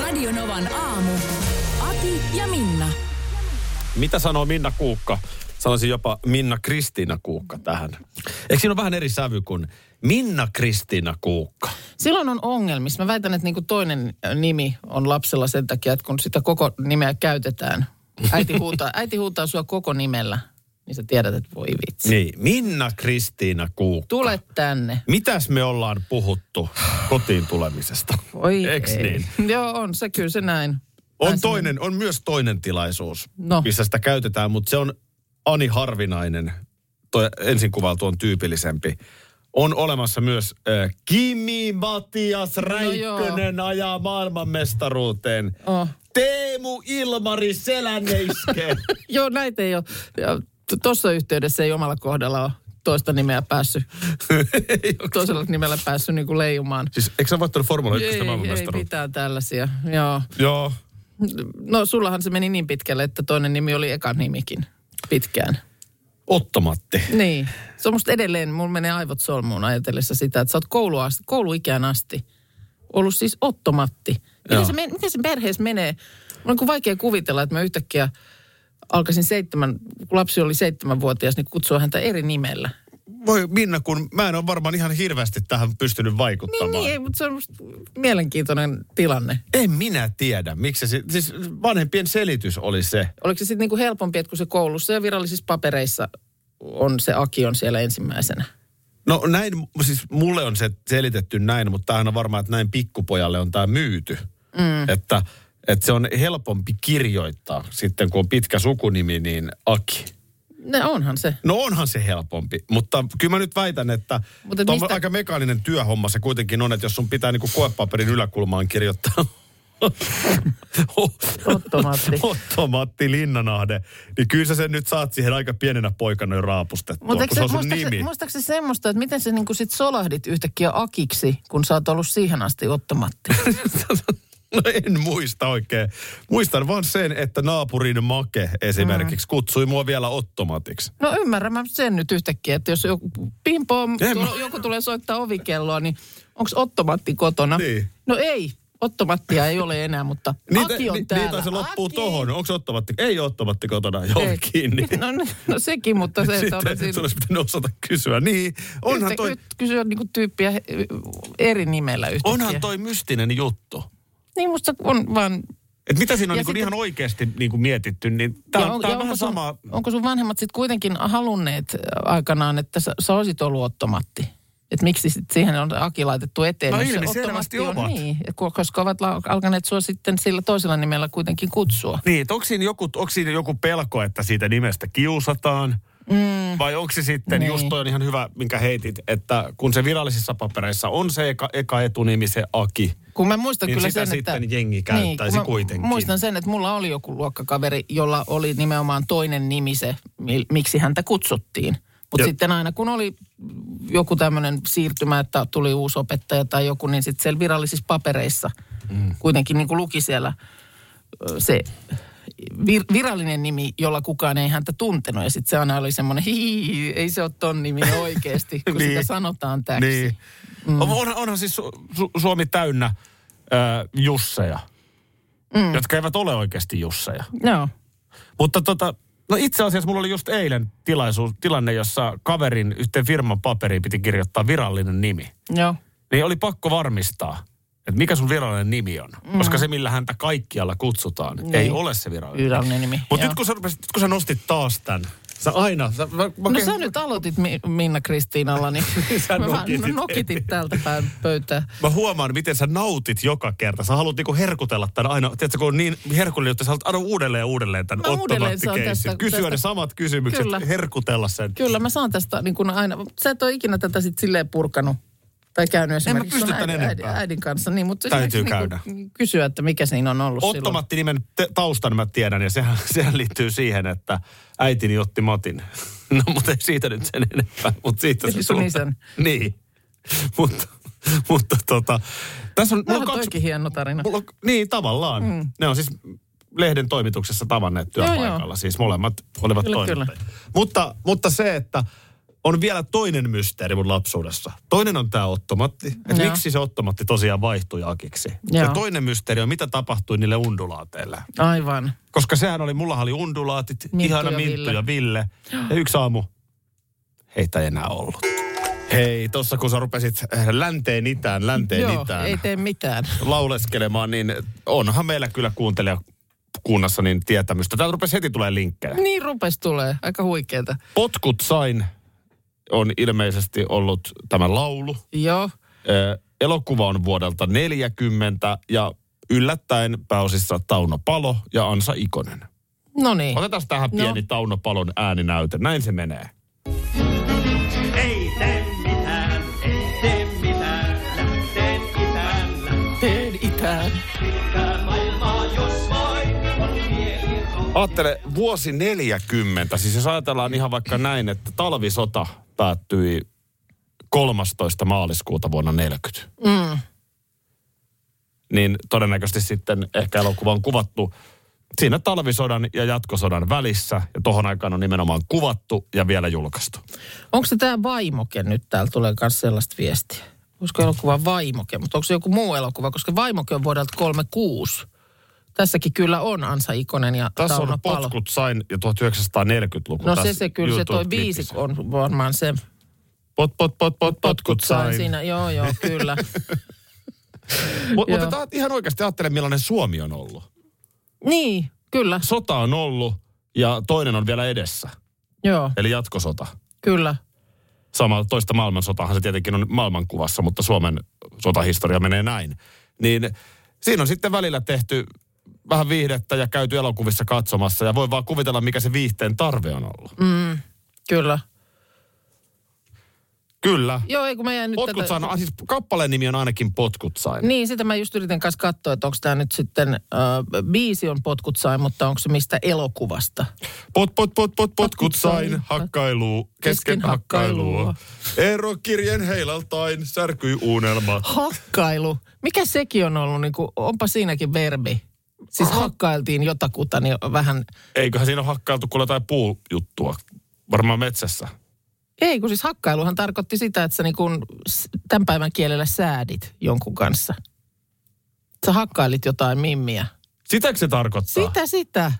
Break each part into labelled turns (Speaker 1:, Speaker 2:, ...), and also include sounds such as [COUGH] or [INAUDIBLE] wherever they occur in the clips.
Speaker 1: Radionovan aamu. Ati ja Minna.
Speaker 2: Mitä sanoo Minna Kuukka? Sanoisin jopa Minna Kristiina Kuukka tähän. Eikö siinä ole vähän eri sävy kuin Minna Kristiina Kuukka?
Speaker 3: Silloin on ongelmissa. Mä väitän, että niinku toinen nimi on lapsella sen takia, että kun sitä koko nimeä käytetään.
Speaker 2: [LAUGHS]
Speaker 3: Äiti huutaa, äiti huutaa sua koko nimellä, niin sä tiedät, että voi vitsi.
Speaker 2: Niin, Minna Kristiina Kuukka.
Speaker 3: Tule tänne.
Speaker 2: Mitäs me ollaan puhuttu kotiin tulemisesta?
Speaker 3: Voi
Speaker 2: Eiks
Speaker 3: ei.
Speaker 2: niin?
Speaker 3: [LAUGHS] Joo, on se kyllä se näin.
Speaker 2: On
Speaker 3: Näin se
Speaker 2: toinen, on myös toinen tilaisuus, no.
Speaker 3: No.
Speaker 2: missä sitä käytetään, mutta se on Ani Harvinainen, toi ensin kuvailtu on tyypillisempi. On olemassa myös äh, Kimi Matias Räikkönen no ajaa maailmanmestaruuteen.
Speaker 3: Oh.
Speaker 2: Teemu Ilmari
Speaker 3: [LAUGHS]
Speaker 2: Selänneiske.
Speaker 3: Joo, näitä ei ole. Tuossa yhteydessä ei omalla kohdalla ole toista nimeä
Speaker 2: [LAUGHS]
Speaker 3: päässyt, toisella nimellä päässyt niinku leijumaan.
Speaker 2: siis eikö sä voittanut Formula 1
Speaker 3: ei
Speaker 2: maailmanmestaruutta?
Speaker 3: mitään tällaisia, joo.
Speaker 2: Joo.
Speaker 3: No sullahan se meni niin pitkälle, että toinen nimi oli eka nimikin pitkään.
Speaker 2: Ottomatti.
Speaker 3: Niin. Se on musta edelleen, mulla menee aivot solmuun ajatellessa sitä, että sä oot koulua, kouluikään asti ollut siis ottomatti.
Speaker 2: Joo.
Speaker 3: Miten se, men- miten se perheessä menee? Mulla on niin kuin vaikea kuvitella, että mä yhtäkkiä alkaisin seitsemän, kun lapsi oli seitsemänvuotias, niin kutsua häntä eri nimellä.
Speaker 2: Voi Minna, kun mä en ole varmaan ihan hirveästi tähän pystynyt
Speaker 3: Niin,
Speaker 2: vaikuttamaan.
Speaker 3: niin ei, mutta se on musta mielenkiintoinen tilanne.
Speaker 2: En minä tiedä, miksi se, siis vanhempien selitys oli se.
Speaker 3: Oliko se sitten niinku helpompi, että kun se koulussa ja virallisissa papereissa on se Aki on siellä ensimmäisenä?
Speaker 2: No näin, siis mulle on se selitetty näin, mutta tämähän on varmaan, että näin pikkupojalle on tämä myyty. Mm. Että, että se on helpompi kirjoittaa sitten, kun on pitkä sukunimi, niin Aki.
Speaker 3: No onhan se.
Speaker 2: No onhan se helpompi, mutta kyllä mä nyt väitän, että
Speaker 3: Mutta
Speaker 2: mistä... on
Speaker 3: mistä-
Speaker 2: aika mekaaninen työhomma se kuitenkin on, että jos sun pitää niinku koepaperin yläkulmaan [LAUGHS] kirjoittaa [LAUGHS]
Speaker 3: Ottomatti.
Speaker 2: Ottomatti Linnanahde, niin kyllä sä sen nyt saat siihen aika pienenä poikana jo raapustettua,
Speaker 3: Mutta
Speaker 2: kun se on sun nimi.
Speaker 3: muistaakseni semmoista, että miten sä niinku sit solahdit yhtäkkiä akiksi, kun sä oot ollut siihen asti ottomatti?
Speaker 2: [LAUGHS] No en muista oikein. Muistan vaan sen, että naapurin Make esimerkiksi kutsui mua vielä Ottomatiksi.
Speaker 3: No ymmärrän mä sen nyt yhtäkkiä, että jos joku pimpom,
Speaker 2: En
Speaker 3: tulo,
Speaker 2: mä-
Speaker 3: joku tulee soittaa ovikelloa, niin onko ottomatti kotona?
Speaker 2: Niin.
Speaker 3: No ei, ottomattia ei ole enää, mutta Aki on
Speaker 2: niin,
Speaker 3: täällä.
Speaker 2: niin tai se loppuu
Speaker 3: Aki!
Speaker 2: tohon. Onko Ottomatti? Ei ole Ottomatti kotona. Joo,
Speaker 3: Ei.
Speaker 2: kiinni.
Speaker 3: [LAUGHS] No, no, no sekin, mutta se,
Speaker 2: [LAUGHS]
Speaker 3: että
Speaker 2: Sitten
Speaker 3: olet
Speaker 2: siinä...
Speaker 3: siinä...
Speaker 2: sun olisi pitänyt osata kysyä. Niin, onhan
Speaker 3: yhtä-
Speaker 2: toi,
Speaker 3: nyt Kysyä niinku tyyppiä he- eri nimellä yhtäkkiä.
Speaker 2: onhan toi mystinen juttu.
Speaker 3: Niin musta on vaan...
Speaker 2: Et mitä siinä on
Speaker 3: Ja
Speaker 2: niin sitten...
Speaker 3: sitten-
Speaker 2: ihan oikeasti niin mietitty, niin
Speaker 3: Ja
Speaker 2: tämä
Speaker 3: on-
Speaker 2: on, tää
Speaker 3: ja
Speaker 2: on vähän
Speaker 3: onko sun-
Speaker 2: sama.
Speaker 3: Onko sun vanhemmat sitten kuitenkin halunneet äh, aikanaan, että sä, sä olisit ollut ottomatti? Et miksi sit siihen on Aki laitettu eteen?
Speaker 2: No
Speaker 3: jos se
Speaker 2: ilmiselvästi
Speaker 3: ottomatti on,
Speaker 2: ovat.
Speaker 3: Niin, ko- koska ovat la- alkaneet sua sitten sillä toisella nimellä kuitenkin kutsua.
Speaker 2: Niin, että onko siinä, joku, onko siinä joku pelko, että siitä nimestä kiusataan? Mm. Vai onko se sitten, niin.
Speaker 3: Niin.
Speaker 2: just toi on ihan hyvä, minkä heitit, että kun se virallisissa papereissa on se eka, eka etunimi, se Aki.
Speaker 3: Kun mä muistan
Speaker 2: Niin
Speaker 3: kyllä
Speaker 2: sitä
Speaker 3: sen,
Speaker 2: sitten
Speaker 3: että... Niin,
Speaker 2: jengi
Speaker 3: kun
Speaker 2: käyttäisi
Speaker 3: mä
Speaker 2: kuitenkin.
Speaker 3: Muistan sen, että mulla oli joku luokkakaveri, jolla oli nimenomaan toinen nimi se, mi- miksi häntä kutsuttiin.
Speaker 2: Ja-
Speaker 3: Mutta sitten aina kun oli joku tämmöinen siirtymä, että tuli uusi opettaja tai joku, niin sitten siellä virallisissa papereissa mm. kuitenkin niin kuin luki siellä ö, se vir- virallinen nimi, jolla kukaan ei häntä tuntenut. Ja sitten se aina oli semmoinen, hii, ei se ole ton nimi
Speaker 2: [LAUGHS]
Speaker 3: oikeasti, kun
Speaker 2: Niin.
Speaker 3: sitä sanotaan täksi.
Speaker 2: Niin. Mm. Onhan, onhan siis Su- Su- Suomi täynnä äh, Jusseja, mm. jotka eivät ole oikeasti Jusseja.
Speaker 3: No.
Speaker 2: Mutta tota, no itse asiassa mulla oli just eilen tilaisuus, tilanne, jossa kaverin yhteen firman paperiin piti kirjoittaa virallinen nimi.
Speaker 3: Joo.
Speaker 2: Niin oli pakko varmistaa, että mikä sun virallinen nimi on. Mm. Koska se, millä häntä kaikkialla kutsutaan, niin. ei
Speaker 3: Niin.
Speaker 2: ole se virallinen.
Speaker 3: Virallinen nimi.
Speaker 2: Mutta
Speaker 3: joo.
Speaker 2: nyt kun, sä rupesit, nyt kun sä nostit taas tämän, sä aina... Sä, mä, mä
Speaker 3: No
Speaker 2: kehun-
Speaker 3: sä nyt aloitit Mi- Minna
Speaker 2: [LAUGHS]
Speaker 3: Kristiinalla, niin
Speaker 2: Sä
Speaker 3: mä vaan-
Speaker 2: nokitit
Speaker 3: no, nokitit
Speaker 2: heti.
Speaker 3: täältä päin pöytää.
Speaker 2: Mä huomaan, miten sä nautit joka kerta. Sä haluat niinku herkutella tämän aina. Tiedätkö, kun on niin herkullinen, että sä haluat aina uudelleen ja uudelleen tämän
Speaker 3: Mä uudelleen saan
Speaker 2: ottomattikeisin.
Speaker 3: tästä-
Speaker 2: Kysyä
Speaker 3: tästä-
Speaker 2: ne samat kysymykset,
Speaker 3: Kyllä.
Speaker 2: herkutella sen.
Speaker 3: Kyllä mä saan tästä niin kuin aina, sä et ole ikinä tätä sit silleen purkanut Tai käynyt esimerkiksi
Speaker 2: pysty
Speaker 3: sun äidin,
Speaker 2: tän
Speaker 3: äidin,
Speaker 2: enempää.
Speaker 3: äidin kanssa. Niin, mutta
Speaker 2: Täytyy
Speaker 3: esimerkiksi
Speaker 2: käydä.
Speaker 3: Niin kysyä, että mikä siinä on ollut silloin.
Speaker 2: Ottomatti nimen te- taustan mä tiedän ja sehän, [LAUGHS] sehän liittyy siihen, että äitini otti Matin. [LAUGHS] No mutta ei siitä nyt sen enempää, mutta siitä
Speaker 3: Eli
Speaker 2: se
Speaker 3: sun
Speaker 2: tulee.
Speaker 3: isän.
Speaker 2: Niin, [LAUGHS] mutta, mutta tota, tässä on, mulla
Speaker 3: Mulla
Speaker 2: on kaksi,
Speaker 3: toikin hieno tarina.
Speaker 2: mulla on, niin tavallaan, mm. ne on siis lehden toimituksessa tavanneet
Speaker 3: Joo,
Speaker 2: työpaikalla, joo, siis molemmat olivat
Speaker 3: Kyllä,
Speaker 2: toimittajia. Mutta, mutta se, että on vielä toinen mysteeri mun lapsuudessa. Toinen on tämä Ottomatti, että
Speaker 3: Joo.
Speaker 2: miksi se Ottomatti tosiaan vaihtui Akiksi. Ja
Speaker 3: Joo.
Speaker 2: toinen mysteeri on, mitä tapahtui niille undulaateille.
Speaker 3: Aivan.
Speaker 2: Koska sehän oli, mulla oli undulaatit,
Speaker 3: Minttu
Speaker 2: ihana
Speaker 3: ja
Speaker 2: Minttu
Speaker 3: Ville.
Speaker 2: ja Ville. Ja yksi aamu, heitä ei enää ollut. Hei, tossa kun sä rupesit äh, länteen itään, länteen
Speaker 3: Joo,
Speaker 2: itään
Speaker 3: ei tee mitään.
Speaker 2: lauleskelemaan, niin onhan meillä kyllä kuuntelija kunnassa niin tietämystä. Täältä rupesi heti tulee linkkejä.
Speaker 3: Niin rupes tulee, aika huikeeta.
Speaker 2: Potkut sain on ilmeisesti ollut tämä laulu.
Speaker 3: Joo,
Speaker 2: Ö, Elokuva on vuodelta 40 ja yllättäen pääosissa Tauno Palo ja Ansa Ikonen.
Speaker 3: no niin.
Speaker 2: Otetaan tähän
Speaker 3: No.
Speaker 2: pieni Tauno Palon ääninäyte. Näin se menee.
Speaker 4: Ei tee mitään, ei tee mitään, lähteen itään,
Speaker 3: Teen itään.
Speaker 4: lähtikää maailmaa, jos vain on tie irto.
Speaker 2: Aattele, vuosi 40, siis jos ajatellaan ihan vaikka näin, että talvisota päättyi 13. maaliskuuta vuonna 40. Mm. Niin todennäköisesti sitten ehkä elokuva on kuvattu siinä talvisodan ja jatkosodan välissä. Ja tohon aikaan on nimenomaan kuvattu ja vielä julkaistu.
Speaker 3: Onko se tämä Vaimoke nyt täällä? Tulee myös sellaista viestiä. Olisiko elokuva Vaimoke, mutta onko se joku muu elokuva? Koska Vaimoke on vuodelta 36. Tässäkin kyllä on Ansa Ikonen ja
Speaker 2: Tässä
Speaker 3: Tauno
Speaker 2: on
Speaker 3: Palo.
Speaker 2: potkut sain ja 1940-luku.
Speaker 3: No se,
Speaker 2: tässä
Speaker 3: se kyllä, se toi biisi
Speaker 2: YouTube-klipissä.
Speaker 3: on varmaan se.
Speaker 2: Pot, pot, pot, pot, potkut sain.
Speaker 3: Siinä, joo, joo, kyllä. [LAUGHS]
Speaker 2: Mutta
Speaker 3: Joo.
Speaker 2: mut, ihan oikeasti ajattele, millainen Suomi on ollut.
Speaker 3: niin, kyllä,
Speaker 2: sota on ollut ja toinen on vielä edessä,
Speaker 3: joo,
Speaker 2: eli jatkosota.
Speaker 3: kyllä.
Speaker 2: Sama toista maailmansotahan se tietenkin on maailmankuvassa, mutta Suomen sotahistoria menee näin. Niin siinä on sitten välillä tehty vähän viihdettä ja käyty elokuvissa katsomassa ja voi vaan kuvitella, mikä se viihteen tarve on ollut. Mm.
Speaker 3: Kyllä.
Speaker 2: Kyllä.
Speaker 3: Joo, ei kun mä jäin nyt
Speaker 2: Potkut sain, ah, siis kappaleen nimi on ainakin Potkut sain.
Speaker 3: Niin, sitä mä just yritin kanssa katsoa, että onko tämä nyt sitten, äh, biisi on potkut sain, mutta onko se mistä elokuvasta?
Speaker 2: Pot, pot, pot, pot, potkut
Speaker 3: Potkut sain.
Speaker 2: sain, hakkailu, kesken
Speaker 3: Kesken
Speaker 2: hakkailua.
Speaker 3: hakkailua.
Speaker 2: Erokirjen heilaltain särkyi unelma.
Speaker 3: Hakkailu. Mikä sekin on ollut, niin kuin, onpa siinäkin verbi. Siis hakkailtiin jotakuta, niin vähän,
Speaker 2: Eiköhän siinä ole hakkailtu kuule jotain puujuttua. Varmaan metsässä.
Speaker 3: ei kun siis hakkailuhan tarkoitti sitä, että sä niin kuin s- tämän päivän kielellä säädit jonkun kanssa. Sä hakkailit jotain mimmiä.
Speaker 2: Sitäkö se tarkoittaa?
Speaker 3: Sitä, sitä.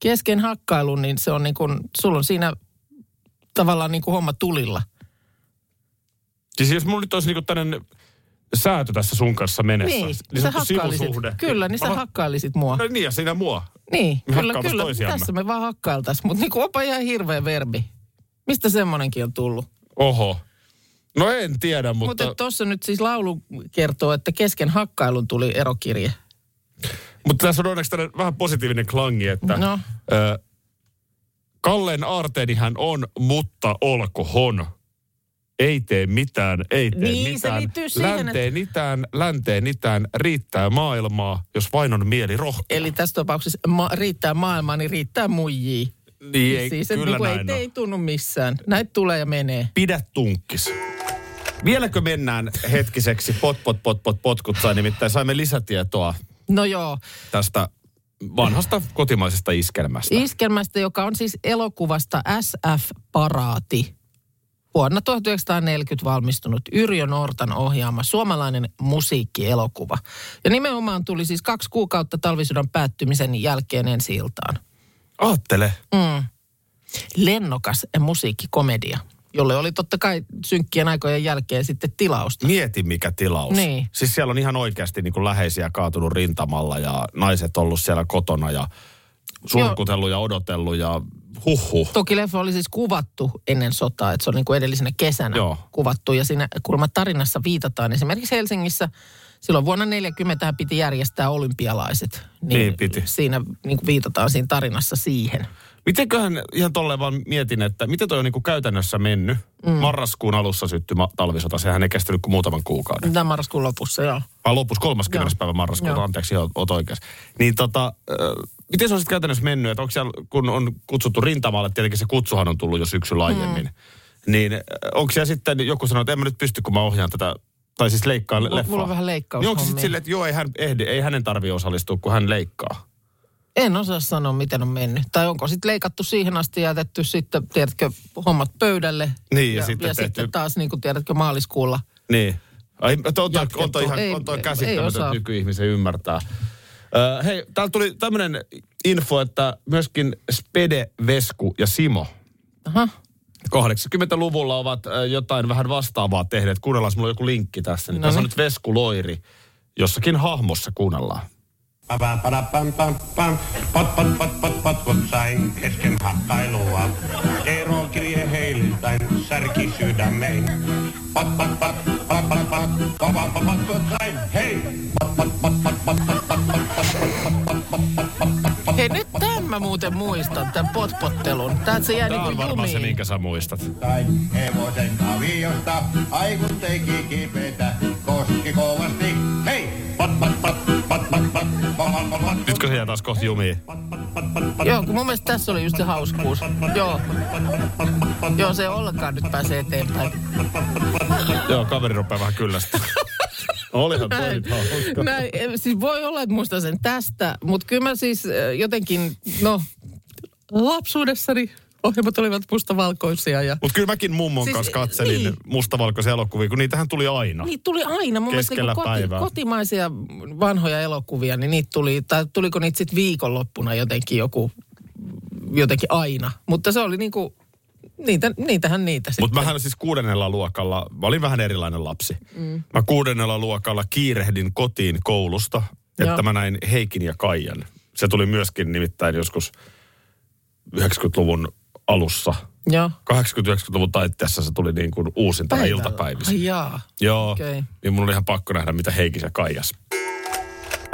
Speaker 3: Kesken hakkailun, niin se on niin kuin, sulla on siinä tavallaan niin kuin homma tulilla.
Speaker 2: Siis jos mulla nyt olisi niinku tämmöinen säätö tässä sun kanssa menessä.
Speaker 3: Niin,
Speaker 2: niin
Speaker 3: sä
Speaker 2: sanottu
Speaker 3: hakkailisit.
Speaker 2: sivusuhde.
Speaker 3: Kyllä, niin sä
Speaker 2: Mä-
Speaker 3: hakkailisit mua.
Speaker 2: No niin, ja siinä mua.
Speaker 3: Niin,
Speaker 2: Me
Speaker 3: kyllä,
Speaker 2: hakkailtais
Speaker 3: kyllä.
Speaker 2: toisiamme.
Speaker 3: Tässä me vaan hakkailtais, mutta niinku opa ihan hirveä verbi. Mistä semmonenkin on tullut?
Speaker 2: Oho. No en tiedä, mutta,
Speaker 3: Mutta Mut tuossa nyt siis laulu kertoo, että kesken hakkailun tuli erokirje.
Speaker 2: mutta tässä on onneksi tämmönen vähän positiivinen klangi, että
Speaker 3: No.
Speaker 2: ö, Kalleen aarteeni hän on, mutta olkohon. Ei tee mitään, ei tee
Speaker 3: Niin, se
Speaker 2: mitään.
Speaker 3: liittyy siihen, että-
Speaker 2: länteen itään, länteen itään, riittää maailmaa, jos vain on mieli rohkea.
Speaker 3: Eli tässä tapauksessa ma- riittää maailmaa, niin riittää muijia.
Speaker 2: Niin ei,
Speaker 3: siis,
Speaker 2: siis,
Speaker 3: et
Speaker 2: kyllä
Speaker 3: niinku
Speaker 2: näin
Speaker 3: ei,
Speaker 2: on.
Speaker 3: ei tunnu missään. Näitä tulee ja menee.
Speaker 2: Pidä tunkkis. Vieläkö mennään hetkiseksi pot, pot, pot, pot, potkut sai, nimittäin saimme lisätietoa
Speaker 3: No joo,
Speaker 2: tästä vanhasta kotimaisesta iskelmästä.
Speaker 3: iskelmästä, joka on siis elokuvasta SF Paraati. Vuonna 1940 valmistunut Yrjö Nortan ohjaama suomalainen musiikkielokuva. Ja nimenomaan tuli siis kaksi kuukautta talvisodan päättymisen jälkeen ensi iltaan. Mm.
Speaker 2: Aattele.
Speaker 3: Lennokas musiikkikomedia, jolle oli totta kai synkkien aikojen jälkeen sitten tilausta.
Speaker 2: Mieti mikä tilaus.
Speaker 3: Niin.
Speaker 2: Siis siellä on ihan oikeasti niin kuin läheisiä kaatunut rintamalla ja naiset ollut siellä kotona ja surkutellut ja odotellut ja huhhuh.
Speaker 3: Toki leffa oli siis kuvattu ennen sotaa, että se on niin kuin niinku edellisenä kesänä
Speaker 2: Joo.
Speaker 3: kuvattu. Ja siinä kuulemma tarinassa viitataan esimerkiksi Helsingissä silloin vuonna 40 piti järjestää olympialaiset.
Speaker 2: Niin piti.
Speaker 3: Siinä niin kuin viitataan siinä tarinassa siihen.
Speaker 2: Mitenköhän, ihan tolleen vaan mietin, että miten toi on niinku käytännössä mennyt? Mm. Marraskuun alussa syttyi ma- talvisota, sehän ei kestänyt kuin muutaman kuukauden.
Speaker 3: Tämä marraskuun lopussa, joo.
Speaker 2: Vai lopussa 30.
Speaker 3: Joo.
Speaker 2: päivä marraskuuta,
Speaker 3: Joo.
Speaker 2: anteeksi, ihan oot oikeassa. Niin tota, ö, miten se on sitten käytännössä mennyt, että onko siellä, kun on kutsuttu rintamalle, tietenkin se kutsuhan on tullut jo syksyllä aiemmin. Mm. Niin ö, onko siellä sitten, joku sanoo, että en mä nyt pysty, kun mä ohjaan tätä, tai siis leikkaan
Speaker 3: Mulla-
Speaker 2: leffaa.
Speaker 3: mulla on vähän leikkaushommia.
Speaker 2: Niin onko sitten silleen, että joo, ei, hän ehdi, ei hänen tarvi osallistua, kun hän leikkaa.
Speaker 3: En osaa sanoa, miten on mennyt. Tai onko sitten leikattu siihen asti ja jätetty sitten, tiedätkö, hommat pöydälle.
Speaker 2: Niin, ja
Speaker 3: ja
Speaker 2: sitten
Speaker 3: ja
Speaker 2: tehty-
Speaker 3: sitten taas, niin kuin tiedätkö, maaliskuulla.
Speaker 2: Niin. Ai, to, on, toi,
Speaker 3: Jatkettu.
Speaker 2: on, toi ihan,
Speaker 3: Ei-
Speaker 2: on toi
Speaker 3: ei
Speaker 2: käsittämätön
Speaker 3: osaa.
Speaker 2: nykyihmisen ymmärtää. Ö, hei, täällä tuli tämmöinen info, että myöskin Spede, Vesku ja Simo
Speaker 3: Aha.
Speaker 2: 80-luvulla ovat ö, jotain vähän vastaavaa tehneet. Kuunnellaan, mulla on joku linkki tässä. Niin
Speaker 3: No
Speaker 2: tässä on
Speaker 3: niin.
Speaker 2: nyt Vesku Loiri. Jossakin hahmossa kuunnellaan.
Speaker 5: Pam, pam, pam, pam, pam. Pot, pot, pot, pot, potkut sain kesken hakkailua. Eero kirje heiltain särki sydämein. Pot, pot, pot, pot, pot, pot, kova pot, potkut sain, hei!
Speaker 3: Hei, nyt tämän mä muuten muistan, tämän potpottelun. Tää se jäi
Speaker 2: Tämä
Speaker 3: niin
Speaker 2: on
Speaker 3: kuin
Speaker 2: varmaan se,
Speaker 3: jumiin.
Speaker 2: minkä sä muistat.
Speaker 5: Sain hevosen kaviosta, ai kun teki kipetä, koski kovasti, hei! Pot, pot, pot, pot, pot, pot, kova pot, potkut
Speaker 2: Nytkö se jää taas kohti jumiin?
Speaker 3: Joo, kun mun mielestä tässä oli just se hauskuus. Joo. Joo, se ei ollenkaan nyt pääse eteenpäin.
Speaker 2: Joo, kaveri rupeaa vähän kyllästä.
Speaker 3: [LAUGHS]
Speaker 2: Olihan toi
Speaker 3: Näin,
Speaker 2: nyt hauska.
Speaker 3: näin, eh, siis voi olla, että muistan sen tästä, mutta kyllä mä siis eh, jotenkin, no lapsuudessani ohjelmat olivat mustavalkoisia ja
Speaker 2: Mutta kyllä mäkin mummon
Speaker 3: Siis,
Speaker 2: kanssa katselin niin.
Speaker 3: niin.
Speaker 2: mustavalkoisia elokuvia, kun niitähän tuli aina.
Speaker 3: Niitä tuli aina. Mun mielestä
Speaker 2: Keskellä
Speaker 3: niin koti,
Speaker 2: päivää.
Speaker 3: kotimaisia vanhoja elokuvia, niin niitä tuli, tai tuliko niitä sitten viikonloppuna jotenkin joku, jotenkin aina. Mutta se oli niinku, niitä, niitähän niitä sitten.
Speaker 2: Mutta mähän siis kuudennella luokalla, mä olin vähän erilainen lapsi. Mm. Mä kuudennella luokalla kiirehdin kotiin koulusta, että
Speaker 3: Joo.
Speaker 2: mä näin Heikin ja Kaijan. Se tuli myöskin nimittäin joskus 90-luvun alussa.
Speaker 3: Joo.
Speaker 2: 80-90-luvun taitteessa se tuli niin kuin uusintana
Speaker 3: Päivällä.
Speaker 2: iltapäivissä.
Speaker 3: Ai jaa.
Speaker 2: Joo, okay.
Speaker 3: Okei.
Speaker 2: niin mun oli ihan pakko nähdä, mitä Heikis ja Kaijas.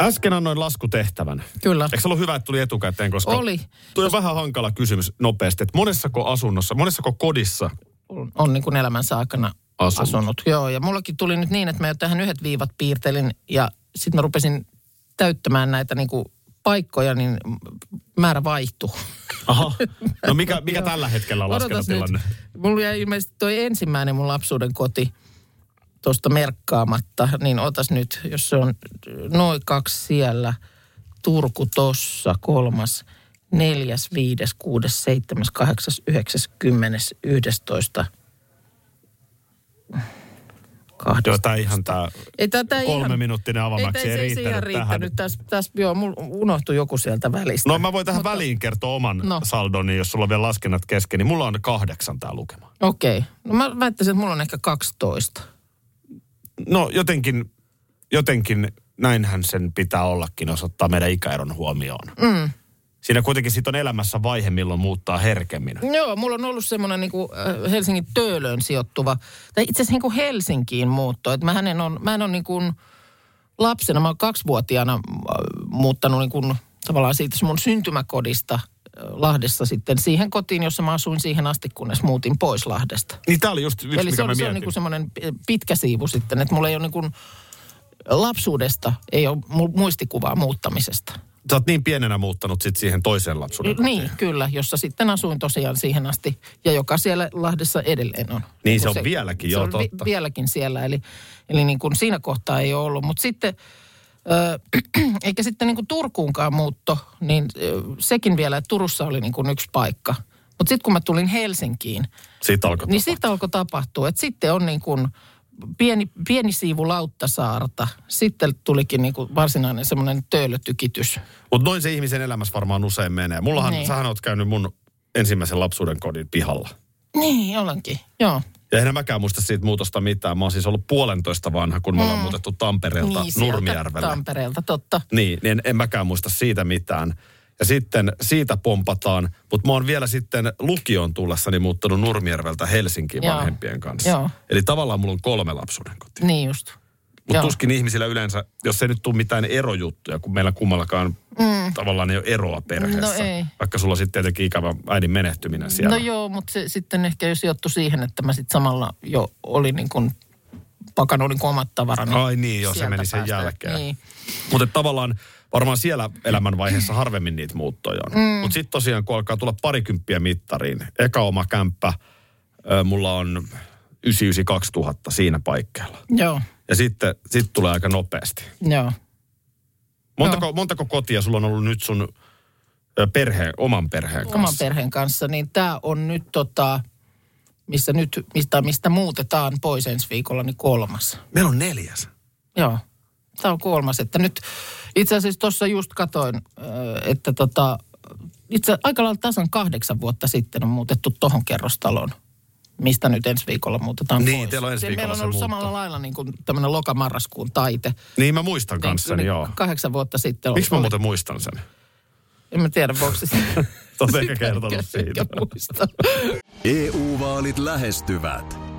Speaker 2: Äsken annoin laskutehtävän.
Speaker 3: Kyllä.
Speaker 2: Eikö se ollut hyvä, että tuli etukäteen, koska...
Speaker 3: Oli.
Speaker 2: Tuo on vähän hankala kysymys nopeasti, että monessako asunnossa, monessako kodissa
Speaker 3: On, on niin kuin elämänsä aikana
Speaker 2: Asunut.
Speaker 3: asunut. asunut. Joo, ja mullakin tuli nyt niin, että mä jo tähän yhdet viivat piirtelin ja sitten mä rupesin täyttämään näitä niin kuin paikkoja, niin määrä vaihtuu.
Speaker 2: Aha. No mikä, mikä tällä hetkellä on
Speaker 3: Odotas
Speaker 2: laskentatilanne?
Speaker 3: nyt. Mulla jäi ilmeisesti toi ensimmäinen mun lapsuuden koti tuosta merkkaamatta, niin otas nyt, jos se on noin kaksi siellä, Turku tossa, kolmas, neljäs, viides, kuudes, seitsemäs, kahdeksas, yhdeksäs, kymmenes, yhdestoista,
Speaker 2: Joo,
Speaker 3: kahdesta.
Speaker 2: tämä ihan tämä
Speaker 3: Ei, tää, tää
Speaker 2: kolme
Speaker 3: ihan,
Speaker 2: minuuttinen
Speaker 3: ei,
Speaker 2: avamaksi
Speaker 3: tää,
Speaker 2: ei,
Speaker 3: se ei se ihan
Speaker 2: riittänyt tähän.
Speaker 3: riittänyt. Tässä, tässä, joo, mulla unohtui joku sieltä välistä.
Speaker 2: No mä voin tähän väliin kertoa oman no.
Speaker 3: No.
Speaker 2: saldoni, jos sulla on vielä laskennat kesken, niin mulla on kahdeksan tämä lukema.
Speaker 3: Okei. Okay. No mä väittäisin, että mulla on ehkä 12.
Speaker 2: No jotenkin, jotenkin näinhän sen pitää ollakin, jos ottaa meidän ikäeron huomioon. Mm. Siinä kuitenkin sit on elämässä vaihe, milloin muuttaa herkemmin.
Speaker 3: Joo, mulla on ollut semmoinen niin Helsingin Töölöön sijoittuva, tai itse asiassa niin kuin Helsinkiin muutto. Että mä, en on, mä en ole niin kuin lapsena, mä oon kaksivuotiaana äh, muuttanut niin kuin, tavallaan siitä mun syntymäkodista äh, Lahdessa sitten siihen kotiin, jossa mä asuin siihen asti, kunnes muutin pois Lahdesta.
Speaker 2: Niin tämä oli just yksi,
Speaker 3: Eli
Speaker 2: mikä
Speaker 3: se
Speaker 2: mä
Speaker 3: on, se on
Speaker 2: mietin.
Speaker 3: niin semmoinen pitkä siivu sitten, että mulla ei ole niin kuin, lapsuudesta, ei ole mu- muistikuvaa muuttamisesta.
Speaker 2: Sä oot niin pienenä muuttanut sit siihen toiseen lapsuuden.
Speaker 3: Niin, kyllä, jossa sitten asuin tosiaan siihen asti ja joka siellä Lahdessa edelleen on.
Speaker 2: Niin, se
Speaker 3: Kun
Speaker 2: on vieläkin,
Speaker 3: se
Speaker 2: joo,
Speaker 3: on
Speaker 2: totta.
Speaker 3: vieläkin siellä, eli, eli niin kuin siinä kohtaa ei ole ollut. Mutta sitten, ö, [CLEARS THROAT] eikä sitten niin kuin Turkuunkaan muutto, niin ö, sekin vielä, että Turussa oli niin kuin yksi paikka. Mutta sitten kun mä tulin Helsinkiin,
Speaker 2: Siitä alkoi
Speaker 3: niin
Speaker 2: tapahtua.
Speaker 3: sitten alkoi tapahtua, että sitten on niin kuin pieni, pieni siivu Lauttasaarta. Sitten tulikin niin kuin varsinainen semmoinen töölötykitys.
Speaker 2: Mutta noin se ihmisen elämässä varmaan usein menee. Mullahan, niin.
Speaker 3: Niin.
Speaker 2: sähän oot käynyt mun ensimmäisen lapsuuden kodin pihalla.
Speaker 3: Niin, olenkin, joo.
Speaker 2: Ja enhän mäkään muista siitä muutosta mitään. Mä oon siis ollut puolentoista vanha, kun me ollaan muutettu Tampereelta niin,
Speaker 3: sieltä
Speaker 2: Nurmijärvelle.
Speaker 3: Tampereelta, totta.
Speaker 2: Niin, niin en, en mäkään muista siitä mitään. Ja sitten siitä pompataan, mutta mä oon vielä sitten lukion tullessani muuttanut Nurmijärveltä Helsinkiin
Speaker 3: Joo.
Speaker 2: vanhempien kanssa.
Speaker 3: Joo.
Speaker 2: Eli tavallaan mulla on kolme lapsuuden kotia.
Speaker 3: Niin just.
Speaker 2: Mutta
Speaker 3: Joo.
Speaker 2: tuskin ihmisillä yleensä, jos ei nyt tule mitään erojuttuja, kun meillä kummallakaan mm. tavallaan ei ole eroa perheessä.
Speaker 3: No ei.
Speaker 2: Vaikka sulla sitten tietenkin ikävä äidin menehtyminen siellä.
Speaker 3: No joo, mutta se sitten ehkä jo sijoittui siihen, että mä sitten samalla jo olin niin kuin pakannut niin kuin omat tavarani.
Speaker 2: Ai niin, joo, se
Speaker 3: sieltä
Speaker 2: meni sen
Speaker 3: päästä.
Speaker 2: jälkeen.
Speaker 3: Niin.
Speaker 2: Mutta tavallaan varmaan siellä elämänvaiheessa harvemmin niitä muuttoja on. Mm. Mutta sitten tosiaan, kun alkaa tulla parikymppiä mittariin, eka oma kämppä, ö, mulla on 99-2000 siinä paikkeilla.
Speaker 3: Joo,
Speaker 2: Ja sitten sit tulee aika nopeasti.
Speaker 3: joo.
Speaker 2: Montako, montako kotia sulla on ollut nyt sun ö, perheen, oman perheen kanssa?
Speaker 3: Oman perheen kanssa, niin tämä on nyt tota, missä nyt, mistä, mistä muutetaan pois ensi viikolla, niin kolmas.
Speaker 2: Meillä on neljäs.
Speaker 3: Joo, tämä on kolmas. Että nyt itse asiassa tuossa just katoin, ö, että tota, itse aika lailla tasan kahdeksan vuotta sitten on muutettu tohon kerrostaloon, mistä nyt ensi viikolla muutetaan
Speaker 2: Niin,
Speaker 3: pois.
Speaker 2: teillä on ensi
Speaker 3: Se-
Speaker 2: viikolla
Speaker 3: Meillä on
Speaker 2: se
Speaker 3: ollut
Speaker 2: muutto.
Speaker 3: samalla lailla niin kuin tämmöinen lokamarraskuun taite.
Speaker 2: Niin mä muistan kanssani,
Speaker 3: niin,
Speaker 2: joo.
Speaker 3: Kahdeksan vuotta sitten.
Speaker 2: Miksi mä
Speaker 3: oli-
Speaker 2: muuten muistan sen?
Speaker 3: En mä tiedä, voiko se
Speaker 2: [LAUGHS] Olet
Speaker 3: Sitä
Speaker 2: ehkä kertonut
Speaker 3: en
Speaker 2: siitä.
Speaker 3: muista.
Speaker 6: EU-vaalit E lähestyvät.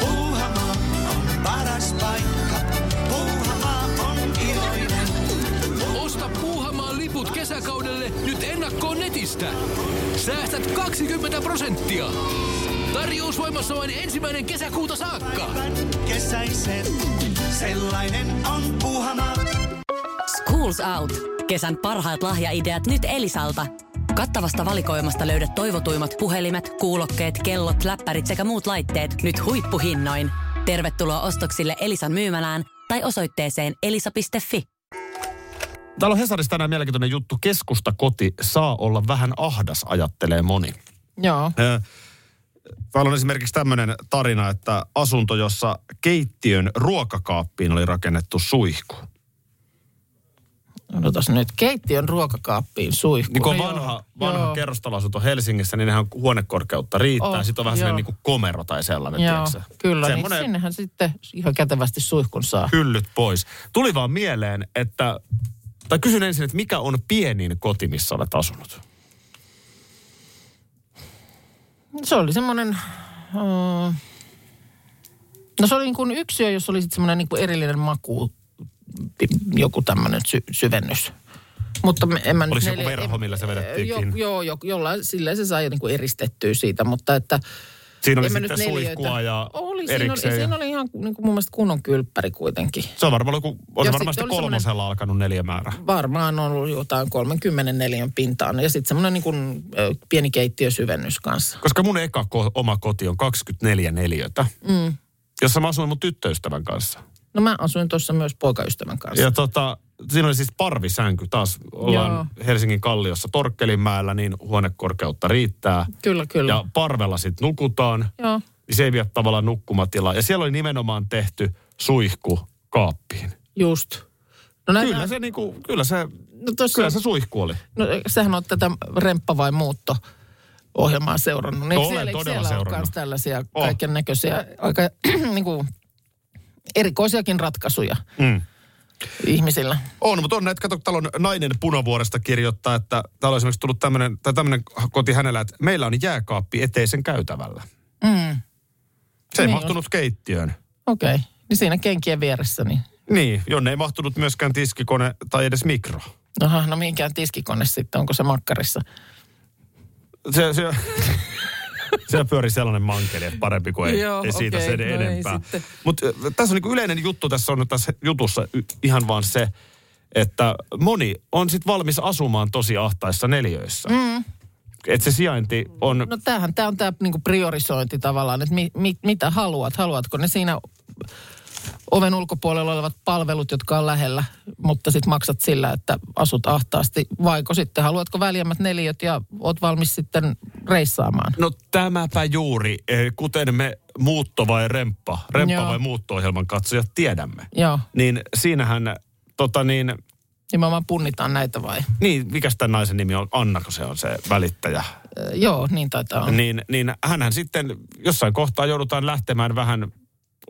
Speaker 7: Puuhamaa on paras paikka. Puuhamaa on iloinen.
Speaker 8: Osta Puuhamaan liput kesäkaudelle nyt ennakkoon netistä. Säästät 20 prosenttia. Tarjous voimassa vain ensimmäinen kesäkuuta saakka.
Speaker 7: Päivän kesäisen. Sellainen on Puuhamaa.
Speaker 9: Schools Out. Kesän parhaat lahjaideat nyt Elisalta. Kattavasta valikoimasta löydät toivotuimmat puhelimet, kuulokkeet, kellot, läppärit sekä muut laitteet nyt huippuhinnoin. Tervetuloa ostoksille Elisan myymälään tai osoitteeseen elisa.fi.
Speaker 2: Täällä on Hesarissa tänään mielenkiintoinen juttu. Keskusta koti saa olla vähän ahdas, ajattelee moni.
Speaker 3: Joo,
Speaker 2: Ö, Täällä on esimerkiksi tämmöinen tarina, että asunto, jossa keittiön ruokakaappiin oli rakennettu suihku.
Speaker 3: odotas nyt. Keittiön ruokakaappiin suihku.
Speaker 2: Niin kun on
Speaker 3: No joo,
Speaker 2: vanha, vanha
Speaker 3: joo.
Speaker 2: kerrostaloasunto Helsingissä, niin nehän huonekorkeutta riittää.
Speaker 3: On,
Speaker 2: Sitten on vähän
Speaker 3: Oh, joo.
Speaker 2: sellainen niin kuin komero tai sellainen,
Speaker 3: Joo,
Speaker 2: tiedätkö?
Speaker 3: kyllä. Semmoinen...
Speaker 2: Semmoinen
Speaker 3: Niin sinnehän sitten ihan kätevästi suihkun saa.
Speaker 2: hyllyt pois. Tuli vaan mieleen, että... Tai kysyn ensin, että mikä on pienin koti, missä olet asunut?
Speaker 3: Se oli semmoinen... Uh... No se oli niin kuin yksiö, jos oli sitten semmoinen niin kuin erillinen maku, joku tämmöinen sy- syvennys. Mutta me- en mä nyt
Speaker 2: Oliko se
Speaker 3: neljä-
Speaker 2: joku verho, millä se vedettiin
Speaker 3: jo,
Speaker 2: kiinni?
Speaker 3: Joo, jo, jollain, sillä se sai niin kuin eristettyä siitä, mutta että...
Speaker 2: Siinä No oli
Speaker 3: en mä
Speaker 2: sitten
Speaker 3: nyt neljöitä-
Speaker 2: suihkua ja
Speaker 3: oli, siinä
Speaker 2: erikseen.
Speaker 3: oli, siinä oli ihan niin kuin mun mielestä kunnon kylppäri kuitenkin.
Speaker 2: Se on varmaan joku, on se varmaan
Speaker 3: Ja sitten
Speaker 2: sitten
Speaker 3: oli
Speaker 2: kolmosella alkanut neljämäärä.
Speaker 3: Varmaan on ollut jotain 34 pintaan ja sitten semmoinen niin kuin, ö, pieni keittiösyvennys kanssa.
Speaker 2: Koska mun eka ko- oma koti on 24 neliötä, mm. jossa mä asuin mun tyttöystävän kanssa.
Speaker 3: No mä asuin tuossa myös poikaystävän kanssa.
Speaker 2: Ja tota, siinä oli siis parvisänky taas. Ollaan
Speaker 3: Joo.
Speaker 2: Helsingin Kalliossa Torkkelinmäellä, niin huonekorkeutta riittää.
Speaker 3: Kyllä, kyllä.
Speaker 2: Ja parvella sitten nukutaan.
Speaker 3: Joo.
Speaker 2: Niin se ei vie tavallaan nukkumatilaa. Ja siellä oli nimenomaan tehty suihku kaappiin.
Speaker 3: Just. No, näin,
Speaker 2: Kyllä se, niinku, kyllä se,
Speaker 3: no, tossa,
Speaker 2: kyllä se suihku oli.
Speaker 3: no sähän on tätä remppa vai muutto ohjelmaa seurannut. Niin
Speaker 2: No,
Speaker 3: eikö
Speaker 2: olen
Speaker 3: siellä, eikö
Speaker 2: todella
Speaker 3: siellä
Speaker 2: seurannut.
Speaker 3: On myös tällaisia
Speaker 2: On.
Speaker 3: kaiken näköisiä, aika [CLEARS THROAT] niin kuin, erikoisiakin ratkaisuja
Speaker 2: Mm.
Speaker 3: ihmisillä.
Speaker 2: On, mutta on näitä, kato, täällä on nainen Punavuoresta kirjoittaa, että täällä on esimerkiksi tullut tämmöinen, tai tämmöinen koti hänellä, että meillä on jääkaappi eteisen käytävällä.
Speaker 3: Mm.
Speaker 2: Se ei
Speaker 3: Niin
Speaker 2: mahtunut keittiön.
Speaker 3: Okei. Okay. Niin siinä kenkien vieressä, niin
Speaker 2: Niin, jonne ei mahtunut myöskään tiskikone tai edes mikro.
Speaker 3: Aha, no mihinkään tiskikone sitten, onko se makkarissa?
Speaker 2: Se, se, [LAUGHS] se pyöri sellainen mankeli, että parempi kuin ei,
Speaker 3: Joo,
Speaker 2: ei siitä
Speaker 3: okei,
Speaker 2: sen
Speaker 3: no ei
Speaker 2: enempää.
Speaker 3: sitten.
Speaker 2: Mutta tässä on niinku yleinen juttu, tässä on tässä jutussa y- ihan vaan se, että moni on sitten valmis asumaan tosi ahtaissa neljöissä. Mm. Että se sijainti on
Speaker 3: No tämähän, tämä on tämä niinku priorisointi tavallaan, että mi, mi, mitä haluat, haluatko ne siinä oven ulkopuolella olevat palvelut, jotka on lähellä, mutta sitten maksat sillä, että asut ahtaasti, vaiko sitten haluatko väljemmät neliöt ja oot valmis sitten reissaamaan.
Speaker 2: No tämäpä juuri, eh, kuten me muutto vai remppa, remppa
Speaker 3: Joo.
Speaker 2: vai muutto-ohjelman katsojat tiedämme,
Speaker 3: Joo,
Speaker 2: niin siinähän tota niin,
Speaker 3: Nimenomaan punnitaan näitä vai?
Speaker 2: Niin, mikä tämän naisen nimi on? Anna, kun se on se välittäjä.
Speaker 3: Ö, joo, niin taitaa olla.
Speaker 2: Niin, niin hänhän sitten jossain kohtaa joudutaan lähtemään vähän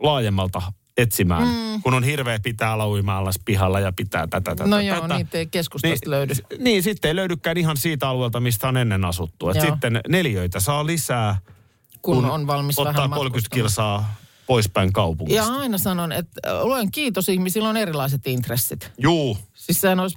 Speaker 2: laajemmalta etsimään, mm. kun on hirveä pitää olla uima alas pihalla ja pitää tätä, tätä,
Speaker 3: No
Speaker 2: tätä.
Speaker 3: joo, niitä ei keskustasta
Speaker 2: Niin,
Speaker 3: löydy.
Speaker 2: Niin, sitten ei löydykään ihan siitä alueelta, mistä on ennen asuttu. Et
Speaker 3: Joo.
Speaker 2: sitten neljöitä saa lisää,
Speaker 3: Kun, on valmis
Speaker 2: ottaa
Speaker 3: vähän
Speaker 2: 30
Speaker 3: matkustamaan.
Speaker 2: kilsaa poispäin kaupungista.
Speaker 3: Ja aina sanon, että ö, luen kiitos ihmisillä on erilaiset intressit.
Speaker 2: Juu,
Speaker 3: Siis sehän olisi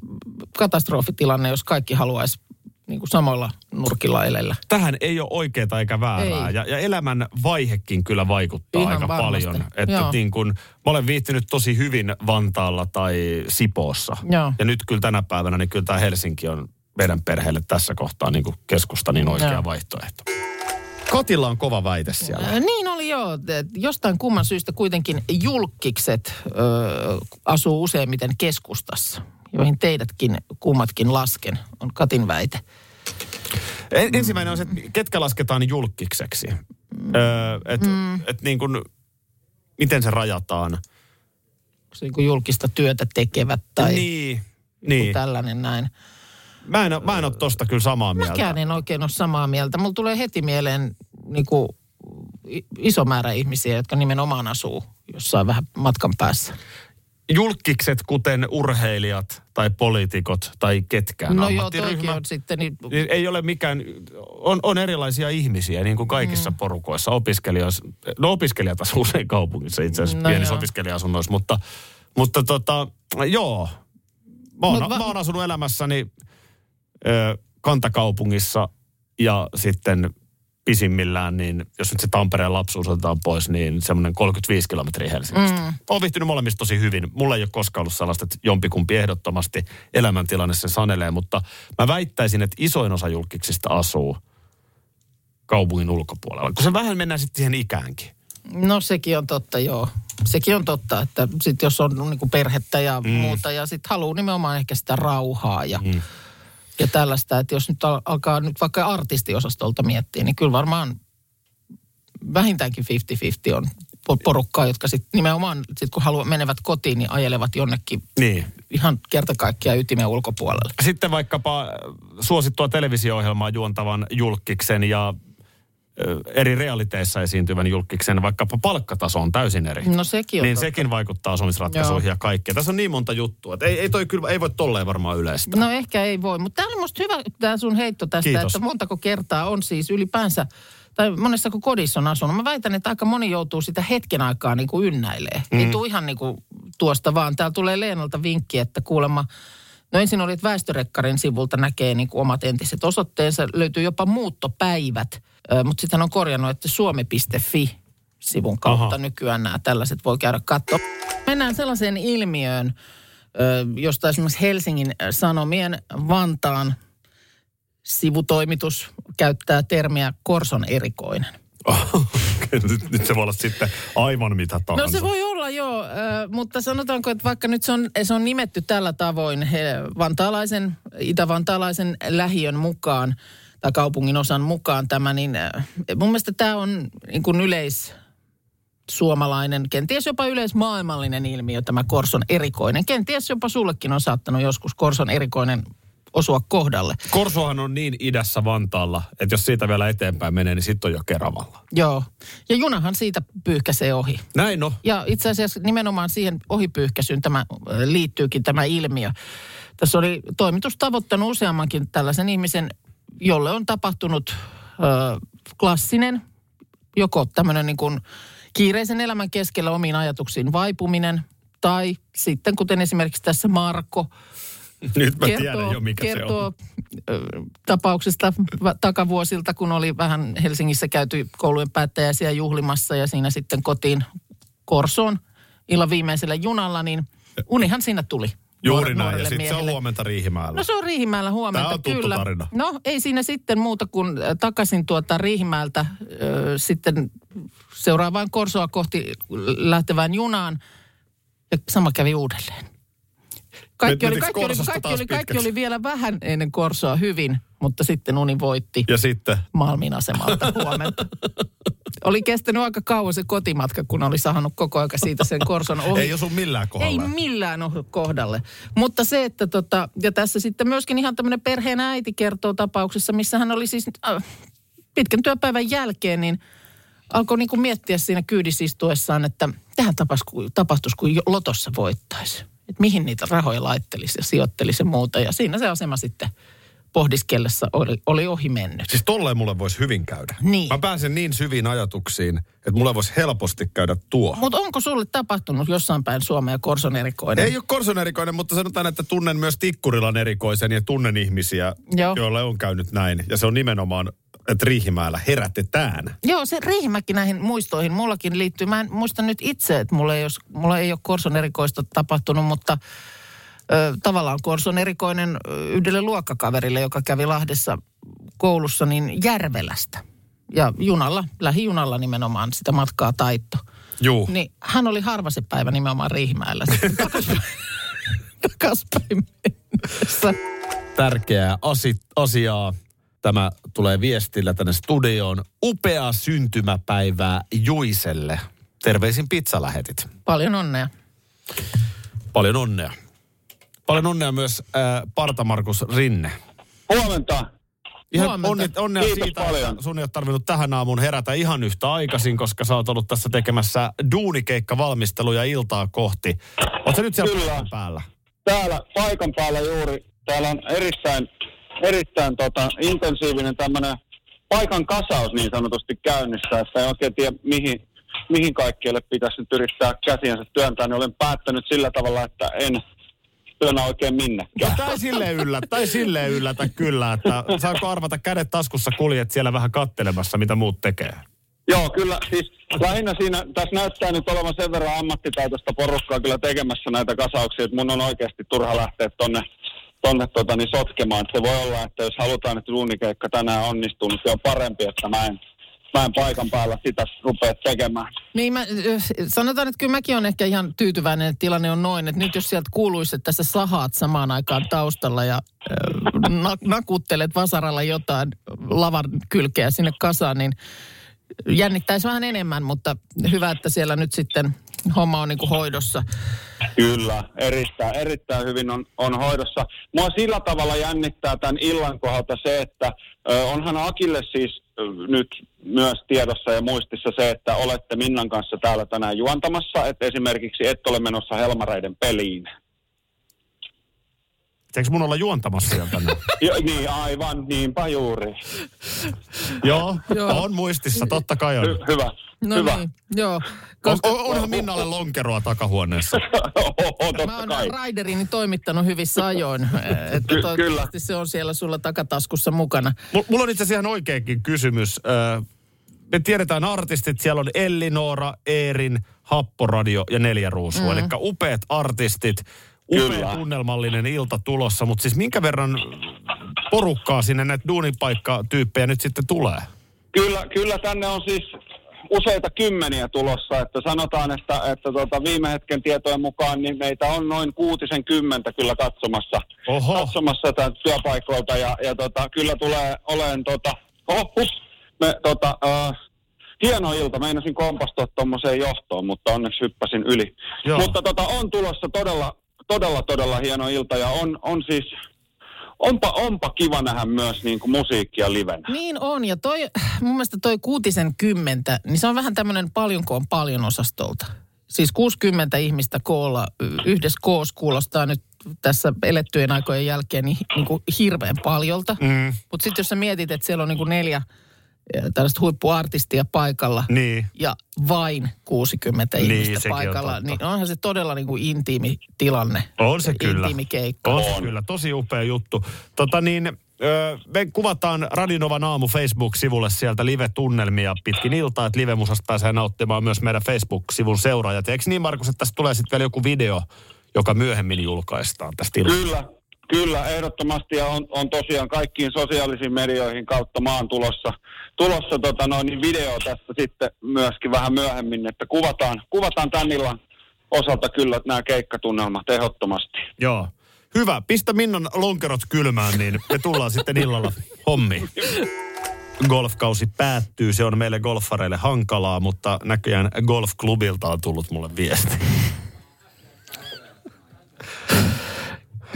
Speaker 3: katastrofitilanne, jos kaikki haluaisi niin kuin samoilla nurkilla elellä.
Speaker 2: tähän ei ole oikeaa eikä väärää.
Speaker 3: Ei.
Speaker 2: Ja, ja elämän vaihekin kyllä vaikuttaa
Speaker 3: Ihan
Speaker 2: aika
Speaker 3: varmasti.
Speaker 2: paljon. Että
Speaker 3: Joo.
Speaker 2: niin kun, mä olen viihtynyt tosi hyvin Vantaalla tai Sipoossa.
Speaker 3: Joo.
Speaker 2: Ja nyt kyllä tänä päivänä, niin kyllä tämä Helsinki on meidän perheelle tässä kohtaa niin kuin keskusta niin oikea
Speaker 3: Joo.
Speaker 2: vaihtoehto. Katilla on kova väite siellä.
Speaker 3: Ää, Niin oli joo. Et Jostain kumman syystä kuitenkin julkikset ö, asuu useimmiten keskustassa, joihin teidätkin kummatkin lasken, on Katin väite.
Speaker 2: En, ensimmäinen on se, että ketkä lasketaan julkikseksi.
Speaker 3: Mm.
Speaker 2: Öö, että et niin kun, miten se rajataan.
Speaker 3: Onko Se niin julkista työtä tekevät tai niin,
Speaker 2: niin, niin.
Speaker 3: tällainen näin.
Speaker 2: Mä en, oo- mä en ole tosta kyllä samaa mieltä.
Speaker 3: Mäkään en oikein ole samaa mieltä. Mulla tulee heti mieleen niin kuin, iso määrä ihmisiä, jotka nimenomaan asuu jossain vähän matkan päässä.
Speaker 2: julkikset, kuten urheilijat tai poliitikot tai ketkään
Speaker 3: no joo, toikin
Speaker 2: ammattiryhmä,
Speaker 3: on sitten niin,
Speaker 2: niin ei ole mikään, on, on erilaisia ihmisiä niin kuin kaikissa mm. porukoissa. Opiskelijoissa, no opiskelijat asuu usein kaupungissa itse asiassa, no
Speaker 3: No
Speaker 2: pienissä
Speaker 3: joo.
Speaker 2: opiskelija-asunnoissa, mutta, mutta tota, joo. Mä oon,
Speaker 3: Mut va-
Speaker 2: mä oon asunut elämässäni ö, kantakaupungissa ja sitten pisimmillään, niin jos nyt se Tampereen lapsuus otetaan pois, niin semmoinen 35 kilometriä Helsingistä. Mm. Olen viihtynyt molemmista tosi hyvin. Mulla ei ole koskaan ollut sellaista, että jompikumpi ehdottomasti elämäntilanne sen sanelee, mutta mä väittäisin, että isoin osa julkiksista asuu kaupungin ulkopuolella. Kun se vähän mennään sitten siihen ikäänkin.
Speaker 3: No sekin on totta, joo. Sekin on totta, että sit jos on niinku perhettä ja mm. muuta ja sitten haluaa nimenomaan ehkä sitä rauhaa ja, mm. ja tällaista. Että jos nyt al- alkaa nyt vaikka artistiosastolta miettiä, niin kyllä varmaan vähintäänkin 50-50 on po- porukkaa, jotka sitten nimenomaan, sit kun haluaa, menevät kotiin, niin ajelevat jonnekin
Speaker 2: Niin.
Speaker 3: ihan kerta kaikkiaan ytimen ulkopuolelle.
Speaker 2: Sitten vaikkapa äh, suosittua televisio-ohjelmaa juontavan julkiksen ja äh, eri realiteissa esiintyvän julkiksen, vaikkapa palkkataso on täysin eri.
Speaker 3: No sekin on
Speaker 2: niin
Speaker 3: totta.
Speaker 2: sekin vaikuttaa asumisratkaisuihin
Speaker 3: Joo.
Speaker 2: ja kaikkeen. Tässä on niin monta juttua, että ei, ei, toi kyllä, ei voi tolleen varmaan yleistä.
Speaker 3: No ehkä ei voi, mutta tämä on musta hyvä tämä sun heitto tästä,
Speaker 2: Kiitos.
Speaker 3: Kiitos. että montako kertaa on siis ylipäänsä, tai monessa kun kodissa on asunut. Mä väitän, että aika moni joutuu sitä hetken aikaa niin kuin ynnäilee. Mm. Ei tule ihan niin kuin tuosta vaan. Täällä tulee Leenalta vinkki, että kuulemma, no ensin oli, että väestörekkarin sivulta näkee niin kuin omat entiset osoitteensa, löytyy jopa muuttopäivät, Ö, mutta sitten on korjannut, että suomi.fi sivun kautta
Speaker 2: Aha.
Speaker 3: nykyään nämä tällaiset voi käydä katsoa. Mennään sellaiseen ilmiöön, ö, josta esimerkiksi Helsingin Sanomien Vantaan sivutoimitus käyttää termiä korson erikoinen.
Speaker 2: [LAUGHS] nyt, nyt se voi olla sitten aivan mitä
Speaker 3: No
Speaker 2: tahansa.
Speaker 3: se voi olla joo, ö, mutta sanotaanko, että vaikka nyt se on, se on nimetty tällä tavoin he, vantaalaisen, itä-vantaalaisen lähiön mukaan tai kaupungin osan mukaan tämä, niin ö, mun mielestä tämä on niin kuin yleis, suomalainen, kenties jopa yleismaailmallinen ilmiö tämä Korson erikoinen. Kenties jopa sullekin on saattanut joskus Korson erikoinen osua kohdalle.
Speaker 2: Korsohan on niin idässä Vantaalla, että jos siitä vielä eteenpäin menee, niin sitten on jo Keravalla.
Speaker 3: Joo. Ja junahan siitä pyyhkäsee ohi.
Speaker 2: Näin no. [LAUGHS]
Speaker 3: Ja itse asiassa nimenomaan siihen ohipyyhkäisyyn tämä ö, liittyykin tämä ilmiö. Tässä oli toimitus tavoittanut useammankin tällaisen ihmisen, jolle on tapahtunut ö, klassinen, joko tämmöinen niin kuin kiireisen elämän keskellä omiin ajatuksiin vaipuminen, tai sitten kuten esimerkiksi tässä Marko,
Speaker 2: Nyt mä
Speaker 3: kertoo,
Speaker 2: tiedän jo, mikä se on.
Speaker 3: kertoo ö, tapauksesta va- takavuosilta, kun oli vähän Helsingissä käyty koulujen päättäjäisiä juhlimassa ja siinä sitten kotiin Korsoon illan viimeisellä junalla, niin unihan siinä tuli.
Speaker 2: Juuri
Speaker 3: nuor-
Speaker 2: näin, ja
Speaker 3: nuorelle
Speaker 2: sitten se on
Speaker 3: miehelle.
Speaker 2: huomenta Riihimäellä.
Speaker 3: No se on Riihimäellä huomenta,
Speaker 2: Tää on tuttu
Speaker 3: kyllä.
Speaker 2: tarina.
Speaker 3: No ei siinä sitten muuta kuin äh, takaisin tuota Riihimäeltä ö, sitten seuraavaan Korsoa kohti lähtevään junaan. Ja sama kävi uudelleen. Kaikki,
Speaker 2: Nyt menikö
Speaker 3: oli, kaikki, oli,
Speaker 2: Korsosta
Speaker 3: kaikki,
Speaker 2: taas
Speaker 3: oli, kaikki
Speaker 2: pitkäksi?
Speaker 3: oli vielä vähän ennen Korsoa hyvin, mutta sitten uni voitti
Speaker 2: Ja sitten [LAUGHS]
Speaker 3: Malmin asemalta huomenta. Oli kestänyt aika kauan se kotimatka, kun oli saanut koko aika siitä sen korson ohi.
Speaker 2: Ei osu millään
Speaker 3: Ei
Speaker 2: kohdalla.
Speaker 3: millään osu kohdalle. Mutta se, että tota, ja tässä sitten myöskin ihan tämmöinen perheen äiti kertoo tapauksessa, missä hän oli siis äh, pitkän työpäivän jälkeen, niin alkoi niinku miettiä siinä kyydissä istuessaan, että tähän tapahtuisi, tapahtuisi kun jo- lotossa voittaisi. Että mihin niitä rahoja laittelisi ja sijoittelisi ja muuta. Ja siinä se asema sitten pohdiskellessa oli, oli ohi mennyt.
Speaker 2: Siis tolleen mulle voisi hyvin käydä.
Speaker 3: Niin.
Speaker 2: Mä pääsen niin syviin ajatuksiin, että mulle voisi helposti käydä tuo.
Speaker 3: Mutta onko sulle tapahtunut jossain päin Suomea Korson erikoinen?
Speaker 2: Ei ole Korson erikoinen, mutta sanotaan, että tunnen myös Tikkurilan erikoisen ja tunnen ihmisiä,
Speaker 3: Joo.
Speaker 2: joille on käynyt näin. Ja se on nimenomaan, että Riihimäellä herätetään.
Speaker 3: Joo, se Riihimäki näihin muistoihin mullakin liittyy. Mä en muista nyt itse, että mulla ei, jos, mulla ei ole Korson erikoista tapahtunut, mutta ö, tavallaan Korson erikoinen ö, yhdelle luokkakaverille, joka kävi Lahdessa koulussa, niin Järvelästä. Ja junalla, lähijunalla nimenomaan sitä matkaa taitto.
Speaker 2: Juu.
Speaker 3: Niin hän oli harva se päivä nimenomaan Riihimäellä. Sitten Takaspäin, takaspäin mennessä.
Speaker 2: Tärkeää asi- asiaa. Tämä tulee viestillä tänne studioon. Upea syntymäpäivää Juiselle. Terveisin pizzalähetit.
Speaker 3: Paljon onnea.
Speaker 2: Paljon onnea. Paljon onnea myös äh, Parta Markus Rinne.
Speaker 10: Huomenta.
Speaker 2: Ihan
Speaker 3: Huomenta.
Speaker 2: onni, onnea
Speaker 10: Kiitos
Speaker 2: siitä,
Speaker 10: paljon.
Speaker 2: että sun ei ole tarvinnut tähän aamuun herätä ihan yhtä aikaisin, koska sä oot ollut tässä tekemässä duunikeikkavalmisteluja iltaa kohti. Oot sä nyt siellä
Speaker 10: Kyllä.
Speaker 2: paikan päällä?
Speaker 10: Täällä paikan päällä juuri, täällä on erittäin, erittäin tota, intensiivinen tämmöinen paikan kasaus niin sanotusti käynnissä, että ei oikein tiedä mihin, mihin kaikkialle pitäisi nyt yrittää käsiänsä työntää, niin olen päättänyt sillä tavalla, että en työnnä oikein
Speaker 2: No,
Speaker 10: minnekään.
Speaker 2: tää ei silleen yllätä, tai silleen yllätä kyllä, että saako arvata kädet taskussa kuljet siellä vähän kattelemassa, mitä muut tekee.
Speaker 10: Joo, kyllä. Siis lähinnä siinä, tässä näyttää nyt olevan sen verran ammattitaitoista porukkaa kyllä tekemässä näitä kasauksia, että mun on oikeasti turha lähteä tonne, tonne tota, niin sotkemaan. Et se voi olla, että jos halutaan, että duunikeikka tänään onnistuu, niin se on parempi, että mä en, mä en paikan päällä sitä rupea tekemään.
Speaker 3: Niin mä, ö, sanotaan, että kyllä mäkin olen ehkä ihan tyytyväinen, että tilanne on noin, että nyt jos sieltä kuuluisi, että sä sahaat samaan aikaan taustalla ja ö, na- nakuttelet vasaralla jotain lavan kylkeä sinne kasaan, niin jännittäisi vähän enemmän, mutta hyvä, että siellä nyt sitten homma on niin kuin hoidossa.
Speaker 10: Kyllä, erittäin, erittäin hyvin on, on hoidossa. Mua sillä tavalla jännittää tämän illan kohdalta se, että ö, onhan Akille siis ö, nyt myös tiedossa ja muistissa se, että olette Minnan kanssa täällä tänään juontamassa, että esimerkiksi et ole menossa Helmareiden peliin.
Speaker 2: Eikö mun olla juontamassa siellä tänne?
Speaker 10: Jo, niin, aivan, niinpä juuri.
Speaker 2: Joo,
Speaker 3: Joo.
Speaker 2: on muistissa, totta kai on.
Speaker 10: Hy- hyvä,
Speaker 3: No
Speaker 10: hyvä. [LAUGHS]
Speaker 3: niin, joo.
Speaker 2: on,
Speaker 3: Koska
Speaker 2: on onhan Minnalle lonkeroa takahuoneessa.
Speaker 10: Oho,
Speaker 3: mä
Speaker 10: totta
Speaker 3: oon
Speaker 10: kai.
Speaker 3: Raiderini toimittanut hyvissä
Speaker 10: [LAUGHS]
Speaker 3: ajoin, että
Speaker 10: Ky-
Speaker 3: toivottavasti se on siellä sulla takataskussa mukana.
Speaker 2: M- mulla on itse asiassa ihan oikeakin kysymys. Ö, me tiedetään artistit, siellä on Elli, Noora, Eerin, Happoradio ja Neljä Ruusua. Mm. Eli upeat artistit, upea
Speaker 10: Kyllä.
Speaker 2: tunnelmallinen ilta tulossa. Mutta siis minkä verran porukkaa sinne näitä duunipaikkatyyppejä nyt sitten tulee?
Speaker 10: Kyllä, kyllä tänne on siis useita kymmeniä tulossa, että sanotaan, että, että tuota, viime hetken tietojen mukaan niin meitä on noin kuutisen kymmentä kyllä katsomassa,
Speaker 2: Oho.
Speaker 10: katsomassa tämän työpaikoilta ja, ja tota, kyllä tulee oleen tota, oh, hups, me, tota, äh, hieno ilta, meinasin kompastua tuommoiseen johtoon, mutta onneksi hyppäsin yli.
Speaker 2: Joo.
Speaker 10: Joo. Mutta tota, on tulossa todella, todella, todella hieno ilta ja on, on siis, onpa, onpa kiva nähdä myös niin kuin musiikkia livenä.
Speaker 3: Niin on, ja toi, mun mielestä toi kuutisen kymmentä, niin se on vähän tämmöinen paljonko on paljon osastolta. Siis 60 ihmistä koolla y- yhdessä koossa kuulostaa nyt tässä elettyjen aikojen jälkeen niin, niin kuin hirveän paljolta. Mm. Mutta sitten jos sä mietit, että siellä on niin kuin neljä eh, tällaista huippuartistia paikalla
Speaker 2: Niin.
Speaker 3: ja vain 60
Speaker 2: Niin,
Speaker 3: ihmistä
Speaker 2: sekin on
Speaker 3: paikalla,
Speaker 2: totta.
Speaker 3: niin onhan se todella niin kuin intiimi tilanne.
Speaker 2: On se
Speaker 3: ja
Speaker 2: kyllä.
Speaker 3: Intiimi keikka.
Speaker 2: On se kyllä, tosi upea juttu. Tota niin, ö, me kuvataan Radinovan aamu Facebook-sivulle sieltä live-tunnelmia pitkin iltaa, että live-musasta pääsee nauttimaan myös meidän Facebook-sivun seuraajat. Ja Eikö niin, Markus, että tässä tulee sitten vielä joku video, joka myöhemmin julkaistaan tästä iltaa?
Speaker 10: Kyllä, kyllä, ehdottomasti ja on, on tosiaan kaikkiin sosiaalisiin medioihin kautta maan tulossa, tulossa tota noin, niin video tästä sitten myöskin vähän myöhemmin, että kuvataan, kuvataan tän illan osalta kyllä nämä keikkatunnelmat ehdottomasti.
Speaker 2: Mm. Joo. Hyvä, pistä Minnan lonkerot kylmään, niin me tullaan sitten illalla hommiin. golfkausi päättyy. Se on meille golfareille hankalaa, mutta näköjään golfklubilta on tullut mulle viesti.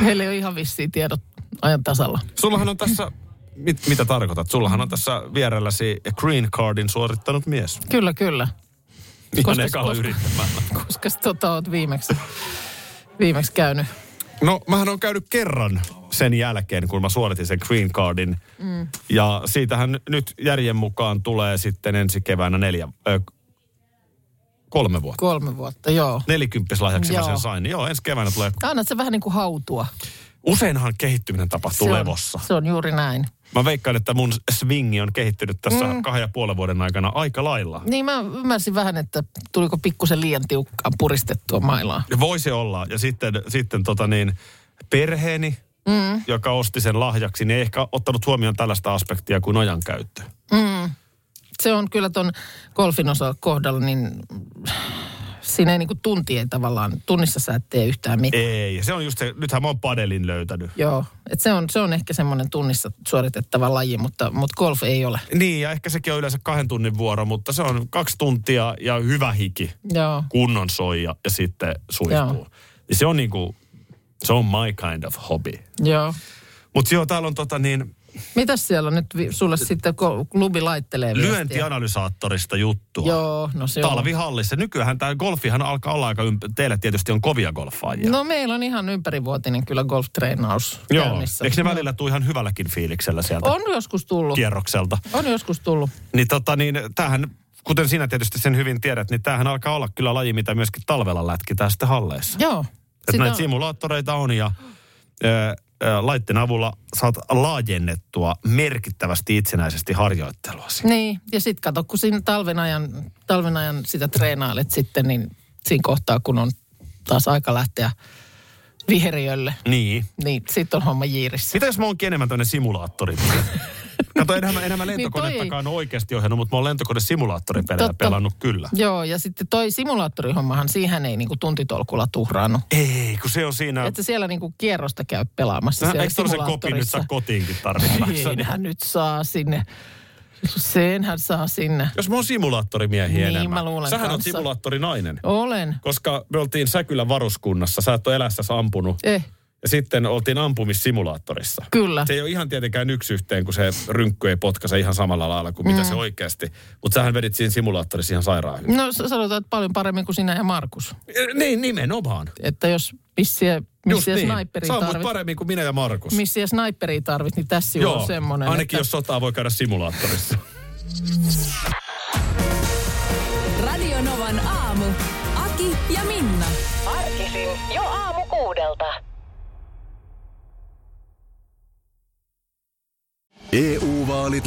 Speaker 3: Heillä ei ole ihan vissiin tiedot ajan tasalla.
Speaker 2: Sullahan on tässä, mit, mitä tarkoitat? Sullahan on tässä vierelläsi green cardin suorittanut mies.
Speaker 3: Kyllä, kyllä.
Speaker 2: Ihan
Speaker 3: Koska-
Speaker 2: ekalla
Speaker 3: koska-
Speaker 2: yrittämällä.
Speaker 3: Koska sä tota oot viimeksi, viimeksi käynyt.
Speaker 2: No, mähän on käynyt kerran sen jälkeen, kun mä suoritin sen green cardin. Mm. Ja siitähän nyt järjen mukaan tulee sitten ensi keväänä neljä, ö, kolme vuotta.
Speaker 3: Kolme vuotta, joo.
Speaker 2: Nelikymppislahjaksi mä
Speaker 3: Joo.
Speaker 2: sen sain. Joo, ensi keväänä tulee.
Speaker 3: Annat se vähän niin kuin hautua.
Speaker 2: Useinhan kehittyminen tapahtuu
Speaker 3: Se on-
Speaker 2: levossa.
Speaker 3: Se on juuri näin.
Speaker 2: Mä veikkaan, että mun swingi on kehittynyt tässä mm. kahden ja puolen vuoden aikana aika lailla.
Speaker 3: Niin mä ymmärsin vähän, että tuliko pikkusen liian tiukkaan puristettua mailaa.
Speaker 2: Voisi olla. Ja sitten, sitten tota niin, perheeni, mm. joka osti sen lahjaksi, niin ei ehkä ottanut huomioon tällaista aspektia kuin ajankäyttö.
Speaker 3: Se on kyllä ton golfin osa kohdalla, niin siinä ei niinku tunti ei tavallaan, tunnissa sä et tee yhtään mitään.
Speaker 2: Ei, ja se on just se, nythän mä oon padelin löytänyt.
Speaker 3: Joo, et se, on, se on ehkä semmoinen tunnissa suoritettava laji, mutta, mutta golf ei ole.
Speaker 2: Niin, ja ehkä sekin on yleensä kahden tunnin vuoro, mutta se on kaksi tuntia ja hyvä hiki,
Speaker 3: Joo,
Speaker 2: kunnon soi ja, ja sitten suihkuu.
Speaker 3: Joo.
Speaker 2: Ja se on niinku, se on my kind of hobby.
Speaker 3: joo.
Speaker 2: Mutta joo, täällä on tota niin,
Speaker 3: Mitäs siellä nyt vi- sulle sitten ko- klubi laittelee viestiä?
Speaker 2: lyöntianalysaattorista juttua.
Speaker 3: Joo, no se on.
Speaker 2: Talvihallissa. Nykyään tämä golfihan alkaa olla aika ympä... Teillä tietysti on kovia golfaajia.
Speaker 3: No meillä on ihan ympärivuotinen kyllä golftreenaus
Speaker 2: Joo,
Speaker 3: käynnissä.
Speaker 2: eikö ne välillä tule ihan hyvälläkin fiiliksellä sieltä
Speaker 3: On joskus tullut.
Speaker 2: kierrokselta?
Speaker 3: On joskus tullut.
Speaker 2: Niin tota niin, tämähän, kuten sinä tietysti sen hyvin tiedät, niin tämähän alkaa olla kyllä laji, mitä myöskin talvella lätkitään sitten halleissa.
Speaker 3: Joo.
Speaker 2: Et
Speaker 3: Sitä
Speaker 2: näitä
Speaker 3: on.
Speaker 2: simulaattoreita on ja ö, ö, laitteen avulla saat laajennettua merkittävästi itsenäisesti harjoitteluasi.
Speaker 3: Niin, ja sitten kato, kun siinä talven ajan, talven ajan sitä treenailet sitten, niin siinä kohtaa, kun on taas aika lähteä viheriölle,
Speaker 2: Niin.
Speaker 3: niin sitten on homma jiirissä.
Speaker 2: Mitä jos mä oonkin enemmän tämmöinen
Speaker 3: [LAUGHS]
Speaker 2: simulaattori? Kato, enhän mä, enhän mä lentokonettakaan niin oikeasti ohjannut, mutta mä oon lentokone simulaattoripelejä
Speaker 3: Totta.
Speaker 2: pelannut kyllä.
Speaker 3: Joo, ja sitten toi simulaattorihommahan, siihen ei niinku tuntitolkulla tuhraannut.
Speaker 2: Ei, kun se on siinä...
Speaker 3: Että siellä niinku kierrosta käy pelaamassa
Speaker 2: Nä,
Speaker 3: siellä
Speaker 2: eikö tollasen kopin nyt saa
Speaker 3: simulaattorissa. Niin.
Speaker 2: kotiinkin
Speaker 3: [LAUGHS]
Speaker 2: tarvittaessa?
Speaker 3: Senhän nyt saa sinne. Senhän saa sinne.
Speaker 2: Jos mä oon simulaattorimiehiä
Speaker 3: Niin,
Speaker 2: enemmän.
Speaker 3: mä luulen
Speaker 2: Sähän oot
Speaker 3: kanssa.
Speaker 2: simulaattorinainen.
Speaker 3: Olen.
Speaker 2: Koska me oltiin Säkylän varuskunnassa, sä et ole elässäsi ampunut.
Speaker 3: Eh,
Speaker 2: Ja sitten oltiin ampumissimulaattorissa.
Speaker 3: kyllä.
Speaker 2: Se ei ole ihan tietenkään yksi yhteen, kun se rynkky ei potkaise ihan samalla lailla kuin mitä se
Speaker 3: Mm.
Speaker 2: oikeasti. Mutta sähän vedit siinä simulaattorissa ihan sairaan hyvin.
Speaker 3: No s- sanotaan, että paljon paremmin kuin sinä ja Markus.
Speaker 2: Eh, Niin, nimenomaan.
Speaker 3: Että jos missiä, missiä
Speaker 2: Just niin.
Speaker 3: sniperia
Speaker 2: Sä
Speaker 3: tarvit,
Speaker 2: ammut paremmin kuin minä ja Markus.
Speaker 3: missiä sniperia tarvit, niin tässä sinulla on semmoinen.
Speaker 2: ainakin jos sotaa voi käydä simulaattorissa.
Speaker 1: Radio Novan aamu. Aki ja Minna.
Speaker 11: Arkisin jo aamu kuudelta.
Speaker 6: EU-vaalit